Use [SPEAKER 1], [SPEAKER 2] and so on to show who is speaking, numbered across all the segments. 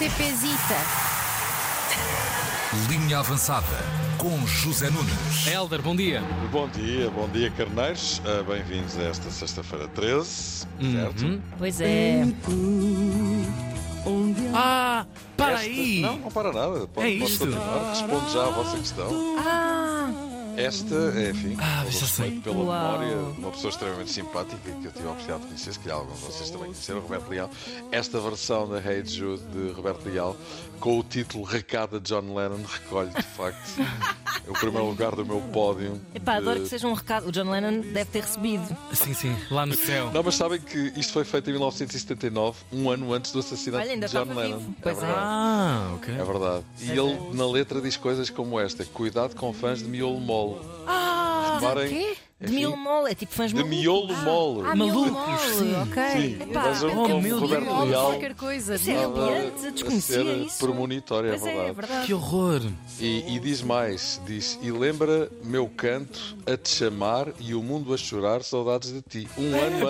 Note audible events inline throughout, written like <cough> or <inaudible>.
[SPEAKER 1] TPzita.
[SPEAKER 2] Linha Avançada com José Nunes.
[SPEAKER 3] Helder, bom dia.
[SPEAKER 4] Bom dia, bom dia, carneiros. Ah, Bem-vindos a esta sexta-feira 13,
[SPEAKER 3] Uhum.
[SPEAKER 4] certo?
[SPEAKER 1] Pois é.
[SPEAKER 3] Ah, para
[SPEAKER 4] Esta-
[SPEAKER 3] aí!
[SPEAKER 4] Não, não para nada. Pode,
[SPEAKER 3] É
[SPEAKER 4] pode
[SPEAKER 3] isto?
[SPEAKER 4] continuar. Respondo já à vossa questão.
[SPEAKER 1] Ah,
[SPEAKER 4] Esta é, enfim,
[SPEAKER 3] Ah,
[SPEAKER 4] todo
[SPEAKER 3] já
[SPEAKER 4] o respeito
[SPEAKER 3] sei.
[SPEAKER 4] pela
[SPEAKER 1] Uau.
[SPEAKER 4] memória de uma pessoa extremamente simpática que eu tive a oportunidade de conhecer, se calhar alguns de vocês também conheceram, Roberto Leal. Esta versão da Hey Jude de Roberto Leal, com o título Recada de John Lennon, recolhe, de facto,
[SPEAKER 3] <laughs>
[SPEAKER 4] o primeiro lugar do meu pódio.
[SPEAKER 1] epá, adoro
[SPEAKER 4] de-
[SPEAKER 1] que seja um recado. O John Lennon deve ter recebido.
[SPEAKER 3] Sim, sim, lá no céu.
[SPEAKER 4] Não, mas sabem que isto foi feito em 1979, um ano antes do assassinato
[SPEAKER 1] Olha, ainda
[SPEAKER 4] de John
[SPEAKER 1] estava
[SPEAKER 4] Lennon.
[SPEAKER 1] vivo.
[SPEAKER 4] É
[SPEAKER 1] Pois é.
[SPEAKER 4] verdade.
[SPEAKER 3] Ah, ok.
[SPEAKER 4] É verdade. E ele na letra diz coisas como esta: Cuidado com fãs de miolo mole.
[SPEAKER 1] Ah,
[SPEAKER 4] Reparem,
[SPEAKER 1] quê? De
[SPEAKER 4] enfim,
[SPEAKER 1] miolo mole, é tipo fãs
[SPEAKER 4] assim. De miolo mole.
[SPEAKER 1] Ah, miolo
[SPEAKER 3] Malucos,
[SPEAKER 1] mole,
[SPEAKER 3] sim.
[SPEAKER 1] ok.
[SPEAKER 4] Sim,
[SPEAKER 1] Epá, é
[SPEAKER 4] mas o
[SPEAKER 3] Oh,
[SPEAKER 4] como
[SPEAKER 3] meu
[SPEAKER 4] Roberto
[SPEAKER 3] Deus.
[SPEAKER 4] Leal
[SPEAKER 5] qualquer coisa.
[SPEAKER 1] Isso é
[SPEAKER 5] não.
[SPEAKER 4] estava
[SPEAKER 1] arrepiante, eu desconhecia
[SPEAKER 4] a ser
[SPEAKER 1] isso.
[SPEAKER 4] premonitório, é
[SPEAKER 1] Pois
[SPEAKER 4] verdade.
[SPEAKER 1] é, é verdade.
[SPEAKER 3] Que horror.
[SPEAKER 4] E, e diz mais: diz, e lembra meu canto a te chamar e o mundo a chorar saudades de ti. Um
[SPEAKER 3] Epá,
[SPEAKER 4] ano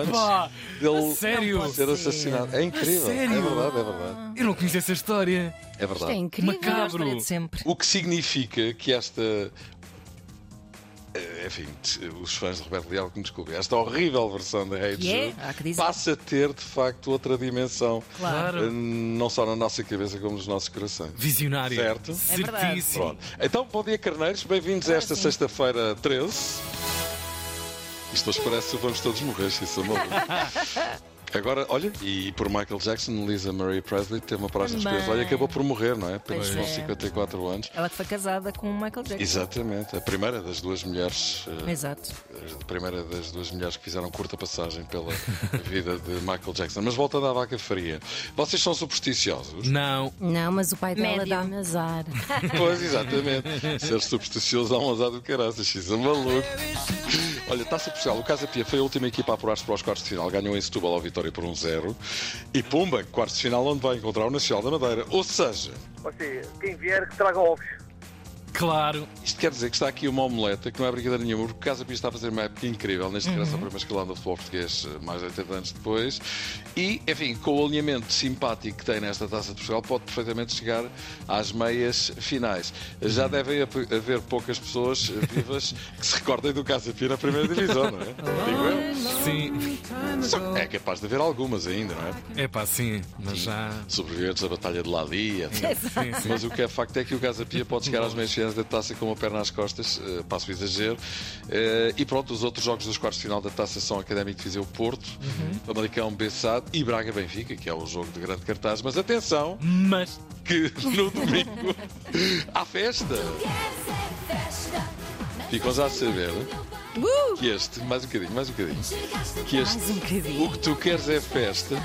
[SPEAKER 4] antes dele
[SPEAKER 3] a sério? Não pode
[SPEAKER 4] ser assassinado. É incrível, é
[SPEAKER 3] sério?
[SPEAKER 4] verdade, é verdade.
[SPEAKER 3] Eu não conheço essa história.
[SPEAKER 4] É
[SPEAKER 5] Isto é
[SPEAKER 4] verdade.
[SPEAKER 5] incrível.
[SPEAKER 1] A melhor
[SPEAKER 3] Macabro.
[SPEAKER 1] história de sempre.
[SPEAKER 4] O que significa que esta. eh, Enfim, t- os fãs de Roberto Leal que me desculpem, esta horrível versão da Rei
[SPEAKER 1] Que é, há que dizer.
[SPEAKER 4] passa a ter de facto outra dimensão.
[SPEAKER 3] Claro.
[SPEAKER 4] Eh, Não só na nossa cabeça, como nos nossos corações.
[SPEAKER 3] Visionário.
[SPEAKER 4] Certo.
[SPEAKER 1] É verdade.
[SPEAKER 3] Certíssimo.
[SPEAKER 4] Pronto. Então, bom dia, carneiros, bem-vindos a esta sexta-feira 13. Isto hoje parece que vamos todos morrer, se isso é uma
[SPEAKER 1] <laughs>
[SPEAKER 4] boa. Agora, olha, e por Michael Jackson, Lisa Marie Presley teve uma paragem nas
[SPEAKER 1] Também.
[SPEAKER 4] coisas. Olha, acabou por morrer, não é? Pelos
[SPEAKER 1] Pois
[SPEAKER 4] com
[SPEAKER 1] é.
[SPEAKER 4] 54 anos.
[SPEAKER 1] Ela que foi casada com o Michael Jackson.
[SPEAKER 4] Exatamente, a primeira das duas mulheres, eh,
[SPEAKER 1] Exato.
[SPEAKER 4] a primeira das duas mulheres que fizeram curta passagem pela vida de Michael Jackson. Mas voltando à vaca fria, vocês são supersticiosos?
[SPEAKER 3] Não.
[SPEAKER 5] Não, mas o pai dela
[SPEAKER 1] Médio.
[SPEAKER 5] dá-me azar.
[SPEAKER 4] Pois, exatamente. Ser supersticioso é um azar do caraças, X é maluco. Olha, Taça de Portugal, o Casa Pia foi a última equipa a apurar-se para os quartos de final. Ganhou em Setúbal ao Vitória por 1-0. e Pumba, quartos de final onde vai encontrar o Nacional da Madeira. Ou seja,
[SPEAKER 6] Ou seja, Tipo assim, quem vier que traga ovos.
[SPEAKER 3] Claro.
[SPEAKER 4] Isto quer dizer que está aqui uma omeleta que não é brincadeira nenhuma, porque o Casa Pia está a fazer uma época incrível neste regresso ao primeiro escalão do futebol português, eh, mais de 80 anos depois. E, enfim, com o alinhamento simpático que tem nesta taça de Portugal, pode perfeitamente chegar às meias finais. Já devem ap- haver poucas pessoas eh, vivas que se recordem do Casa Pia na primeira divisão, não é? Digo
[SPEAKER 3] Sim.
[SPEAKER 4] eu. Só que É capaz de haver algumas ainda, não é?
[SPEAKER 3] É pá, sim. Mas já.
[SPEAKER 4] Sobreviventes da Batalha de Ladia, etc.
[SPEAKER 3] Sim, sim.
[SPEAKER 4] Mas o que é facto é que o Casa Pia pode chegar às meias finais da taça com uma perna às costas, eh, passo o exagero. Eh, e pronto, os outros jogos dos quartos de final da taça são Académico de Viseu Porto,
[SPEAKER 3] Uhum.
[SPEAKER 4] Famalicão Bessado e Braga Benfica, que é o jogo de grande cartaz. Mas atenção,
[SPEAKER 3] Mas.
[SPEAKER 4] que <laughs> no domingo há festa! Ficam já a saber
[SPEAKER 3] Uh!
[SPEAKER 4] que este, mais um bocadinho, mais um bocadinho, que este,
[SPEAKER 1] um
[SPEAKER 4] o que tu queres é festa.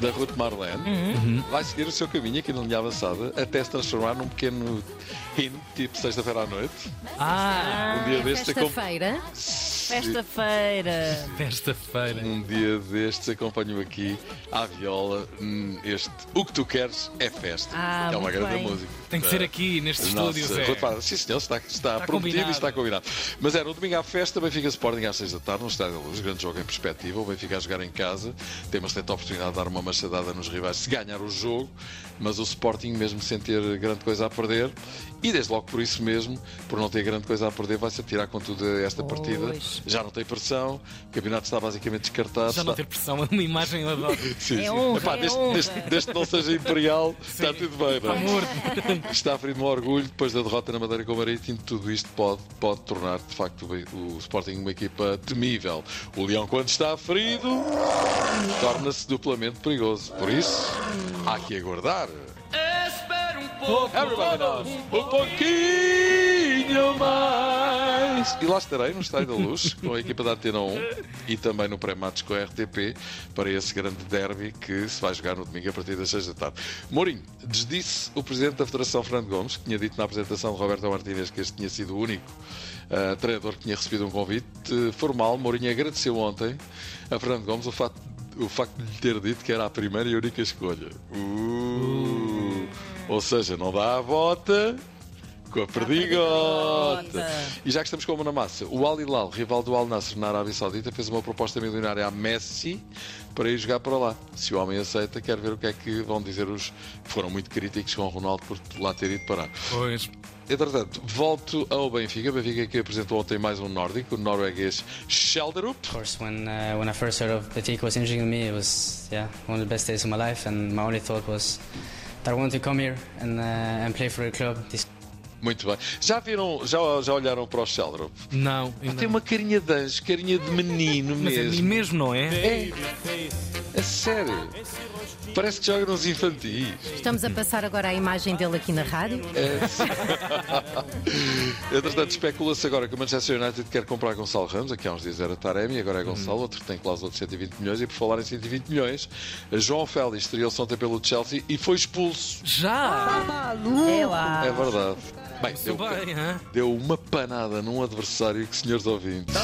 [SPEAKER 4] Da Ruth Marlene
[SPEAKER 1] Uhum.
[SPEAKER 4] vai seguir o seu caminho aqui na linha avançada até se transformar num pequeno hino, tipo sexta-feira à noite.
[SPEAKER 3] Ah,
[SPEAKER 4] Um dia destes acom-
[SPEAKER 5] Sexta-feira.
[SPEAKER 1] Festa-feira.
[SPEAKER 3] sexta-feira.
[SPEAKER 4] um dia destes acompanho aqui à viola hum, este O que tu queres é festa.
[SPEAKER 1] Ah,
[SPEAKER 4] é uma
[SPEAKER 1] muito
[SPEAKER 4] grande
[SPEAKER 1] bem.
[SPEAKER 4] música. É.
[SPEAKER 3] Tem que ser aqui, é. neste
[SPEAKER 4] Nossa,
[SPEAKER 3] estúdio, Zé.
[SPEAKER 4] Ruth Marlene. Sim, senhor, está, está, prometido
[SPEAKER 3] combinado.
[SPEAKER 4] e está combinado. Mas era o domingo à festa, Benfica Sporting às 6 da tarde, no Estádio da Luz, grande jogo em perspectiva. O Benfica a jogar em casa, tem bastante oportunidade de dar uma machadada nos rivais se ganhar o jogo, mas o Sporting, mesmo sem ter grande coisa a perder, e desde logo por isso mesmo, por não ter grande coisa a perder, vai-se atirar com tudo a esta partida.
[SPEAKER 1] Pois.
[SPEAKER 4] Já não tem pressão, o campeonato está basicamente descartado.
[SPEAKER 3] Já não
[SPEAKER 4] está-
[SPEAKER 3] ter pressão, é uma imagem eu
[SPEAKER 4] <laughs>
[SPEAKER 3] adoro.
[SPEAKER 4] Sim,
[SPEAKER 1] É
[SPEAKER 4] sim.
[SPEAKER 1] honra,
[SPEAKER 4] Epá,
[SPEAKER 1] é
[SPEAKER 4] desde,
[SPEAKER 1] honra.
[SPEAKER 4] desde- desde que não seja imperial, está tudo bem, não é?
[SPEAKER 3] Amor.
[SPEAKER 4] Está a ferir-me orgulho depois da derrota na Madeira com o Marítimo. Tudo isto pode, pode tornar, de facto, o Be- o Sporting uma equipa temível. O Leão, quando está ferido, torna-se duplamente perigoso. Por isso, há que aguardar. Everybody knows. Um pouquinho mais. E lá estarei no Estádio da Luz, com a equipa da Atena 1 e também no Pré-Matos com a RTP, para esse grande derby que se vai jogar no domingo a partir das 6 da tarde. Mourinho desdisse o presidente da Federação, Fernando Gomes, que tinha dito na apresentação de Roberto Martínez que este tinha sido o único ah, treinador que tinha recebido um convite eh, formal. Mourinho agradeceu ontem a Fernando Gomes o facto, o facto de lhe ter dito que era a primeira e única escolha. Uh. Ou seja, não dá a volta Com a perdigota. E já que estamos com uma na massa, o Al Hilal, rival do Al Nasser na Arábia Saudita, fez uma proposta milionária a Messi para ir jogar para lá. Se o homem aceita, quero ver o que é que vão dizer os que foram muito críticos com o Ronaldo por lá ter ido parar.
[SPEAKER 3] Pois.
[SPEAKER 4] Entretanto, volto ao Benfica. Benfica que apresentou ontem mais um nórdico, o norueguês Shelderup.
[SPEAKER 5] Of course, when uh, when I first heard of Benfica was injuring me, it was yeah one of the best days of my life, and my only thought was that I wanted to come here and uh, and play for the club. This
[SPEAKER 4] Muito bem. Já viram, já, já olharam para o Shelderup?
[SPEAKER 3] Não, ainda
[SPEAKER 4] Ah, Tem
[SPEAKER 3] não.
[SPEAKER 4] uma carinha de anjo, carinha de menino
[SPEAKER 3] Mas é de mim
[SPEAKER 4] mesmo.
[SPEAKER 3] mesmo, não é?
[SPEAKER 4] É, a É sério. Parece que joga nos infantis. É
[SPEAKER 7] Estamos a passar agora a imagem dele aqui na rádio.
[SPEAKER 4] <laughs> Entretanto, especula-se agora que o Manchester United quer comprar Gonçalo Ramos, aqui há uns dias era Taremi, agora é Gonçalo, outro tem cláusula de 120 milhões, e por falar em 120 milhões, João Félix estreou-se ontem pelo Chelsea e foi expulso.
[SPEAKER 3] Já!
[SPEAKER 4] Ah,
[SPEAKER 7] É lá.
[SPEAKER 1] Ah,
[SPEAKER 4] É verdade. Bem, deu,
[SPEAKER 3] bem, hã?
[SPEAKER 4] deu uma panada num adversário que, senhores ouvintes.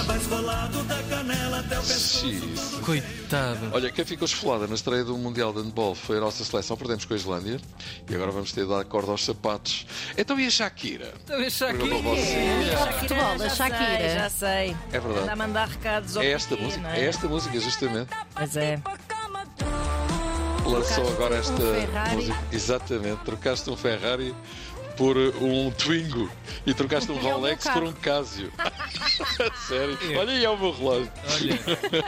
[SPEAKER 4] Xis.
[SPEAKER 3] Coitado.
[SPEAKER 4] Olha, quem ficou esfolada na estreia do Mundial de Handball foi a nossa seleção, perdemos com a Islândia e agora vamos ter de dar corda aos sapatos. Então e a Shakira?
[SPEAKER 3] Deixa aqui.
[SPEAKER 4] Perguntam vocês.
[SPEAKER 7] futebol, a
[SPEAKER 1] já
[SPEAKER 7] Shakira.
[SPEAKER 1] Sei, já sei.
[SPEAKER 4] É verdade.
[SPEAKER 1] Anda a mandar recados ao
[SPEAKER 4] É esta
[SPEAKER 1] Piqué,
[SPEAKER 4] música,
[SPEAKER 1] não
[SPEAKER 4] é esta música, justamente.
[SPEAKER 1] Mas é.
[SPEAKER 7] um
[SPEAKER 4] Lançou agora esta
[SPEAKER 7] Ferrari.
[SPEAKER 4] música. Exatamente, trocaste um Ferrari por um Twingo e trocaste um
[SPEAKER 7] E é o meu
[SPEAKER 4] Rolex
[SPEAKER 7] carro.
[SPEAKER 4] por um Casio. <laughs> Sério, olha aí ao meu relógio.
[SPEAKER 3] Olha,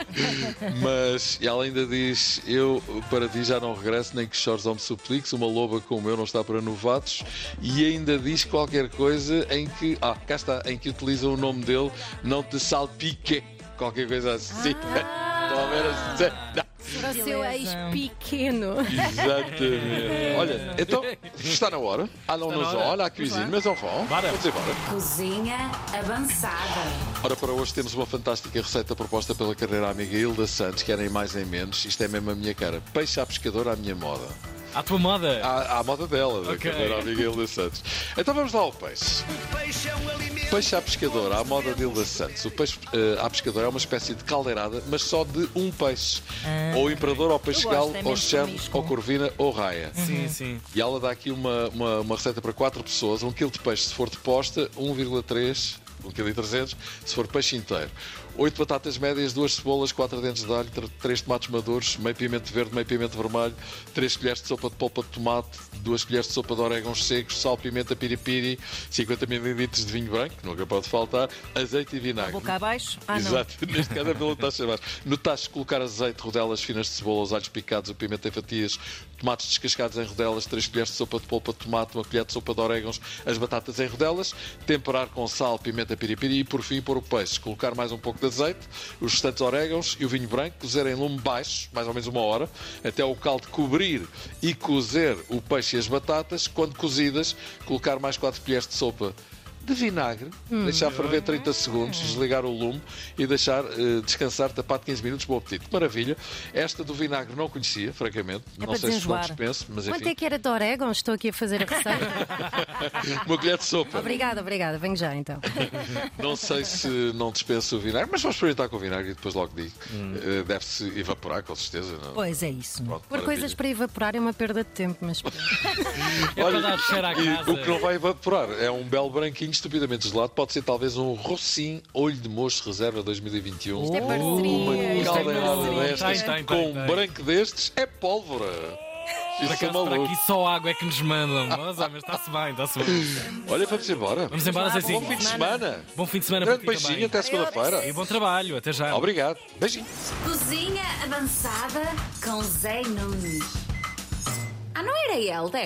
[SPEAKER 4] <laughs> Mas ela ainda diz: Eu para ti já não regresso, nem que chores ou me supliques. Uma loba como eu não está para novatos. E ainda diz qualquer coisa em que, ah, cá está, em que utiliza o nome dele, não te salpique. Qualquer coisa assim.
[SPEAKER 7] Ah.
[SPEAKER 4] <laughs> Talvez assim.
[SPEAKER 7] O seu ex pequeno.
[SPEAKER 4] Exatamente. Olha, então está na hora. Ah, Allons nos
[SPEAKER 3] na hora.
[SPEAKER 4] olha à cuisine, meus enfants.
[SPEAKER 3] Bora.
[SPEAKER 4] Vamos embora.
[SPEAKER 8] Cozinha avançada.
[SPEAKER 4] Ora, para hoje temos uma fantástica receita proposta pela carreira amiga Hilda Santos, que era em mais nem menos. Isto é mesmo a minha cara. Peixe à pescadora à minha moda.
[SPEAKER 3] à tua moda.
[SPEAKER 4] À, à moda dela, da
[SPEAKER 3] Ok.
[SPEAKER 4] carreira amiga Hilda Santos. Então vamos lá ao peixe. Peixe à pescadora, à moda de Hilda Santos. O peixe eh, à pescadora é uma espécie de caldeirada, mas só de um peixe. ou imperador, ou peixe
[SPEAKER 1] Ah. Eu gosto,
[SPEAKER 4] gal,
[SPEAKER 1] é
[SPEAKER 4] ou
[SPEAKER 1] mesmo
[SPEAKER 4] chame,
[SPEAKER 1] promíscuo.
[SPEAKER 4] ou corvina, ou raia.
[SPEAKER 3] Sim, sim.
[SPEAKER 4] E ela dá aqui uma, uma, uma receita para 4 pessoas: 1 kg de peixe se for de posta, 1,3 1,3 kg se for peixe inteiro. 8 batatas médias, 2 cebolas, 4 dentes de alho, 3 tomates maduros, meio pimento verde, meio pimento vermelho, 3 colheres de sopa de polpa de tomate, 2 colheres de sopa de orégãos secos, sal, pimenta, piripiri, 50 ml de vinho branco, que nunca pode faltar, azeite e vinagre.
[SPEAKER 1] Boca abaixo. Ah, não.
[SPEAKER 4] Exato, <laughs> neste caso é pela taxa mais. No tacho, colocar azeite, rodelas finas de cebola, os alhos picados, o pimenta em fatias, tomates descascados em rodelas, 3 colheres de sopa de polpa de tomate, uma colher de sopa de orégãos, as batatas em rodelas, temperar com sal, pimenta piripiri e, por fim, pôr o peixe. Colocar mais um pouco de azeite, os restantes orégãos e o vinho branco, cozer em lume baixo, mais ou menos uma hora, até o caldo cobrir e cozer o peixe e as batatas. Quando cozidas, colocar mais 4 colheres de sopa de vinagre, deixar ferver 30 segundos, desligar o lume e deixar eh, descansar tapado 15 minutos. Bom apetite, maravilha. Esta do vinagre não conhecia, francamente.
[SPEAKER 1] É
[SPEAKER 4] não
[SPEAKER 1] para
[SPEAKER 4] sei se não
[SPEAKER 1] desenjoar.
[SPEAKER 4] dispenso, mas
[SPEAKER 7] Quanto é
[SPEAKER 4] enfim.
[SPEAKER 7] que era de orégão? Estou aqui a fazer a
[SPEAKER 1] <laughs>
[SPEAKER 7] receita.
[SPEAKER 4] Uma colher de
[SPEAKER 7] <laughs>
[SPEAKER 4] sopa.
[SPEAKER 7] Obrigada, obrigada. Venho já então.
[SPEAKER 4] Não sei se não dispenso o vinagre, mas vou experimentar com o vinagre e depois logo digo. Eh, Deve-se evaporar, com certeza. Não?
[SPEAKER 1] Pois é isso.
[SPEAKER 4] Pronto,
[SPEAKER 7] Por coisas
[SPEAKER 4] maravilha.
[SPEAKER 7] para evaporar é uma perda de tempo,
[SPEAKER 4] <laughs>
[SPEAKER 7] mas
[SPEAKER 3] É para dar cheiro à
[SPEAKER 4] E
[SPEAKER 3] casa.
[SPEAKER 4] o que não vai evaporar é um belo branquinho estupidamente gelado. Pode ser talvez um Rossim Olho de Mocho Reserva 2021.
[SPEAKER 7] isto é
[SPEAKER 4] Uma
[SPEAKER 7] parceria.
[SPEAKER 3] isto é
[SPEAKER 4] caldeirada
[SPEAKER 3] bom.
[SPEAKER 4] destas
[SPEAKER 3] Tem, tem, tem,
[SPEAKER 4] com um
[SPEAKER 3] tem.
[SPEAKER 4] branco destes é pólvora.
[SPEAKER 3] Por
[SPEAKER 4] Isso é
[SPEAKER 3] acaso, para
[SPEAKER 4] maluco.
[SPEAKER 3] aqui só água é que nos mandam. Mas, ah, mas está-se bem, está-se bem.
[SPEAKER 4] Olha, vamos embora.
[SPEAKER 3] Vamos embora, Zezinho.
[SPEAKER 4] Bom fim de semana.
[SPEAKER 3] Bom fim de semana para
[SPEAKER 4] Grande
[SPEAKER 3] ti
[SPEAKER 4] beijinho,
[SPEAKER 3] também.
[SPEAKER 4] até segunda-feira.
[SPEAKER 3] E bom trabalho, até já.
[SPEAKER 4] Obrigado. Beijinho.
[SPEAKER 8] Cozinha avançada com Zé Nunes. Ah, não era ele,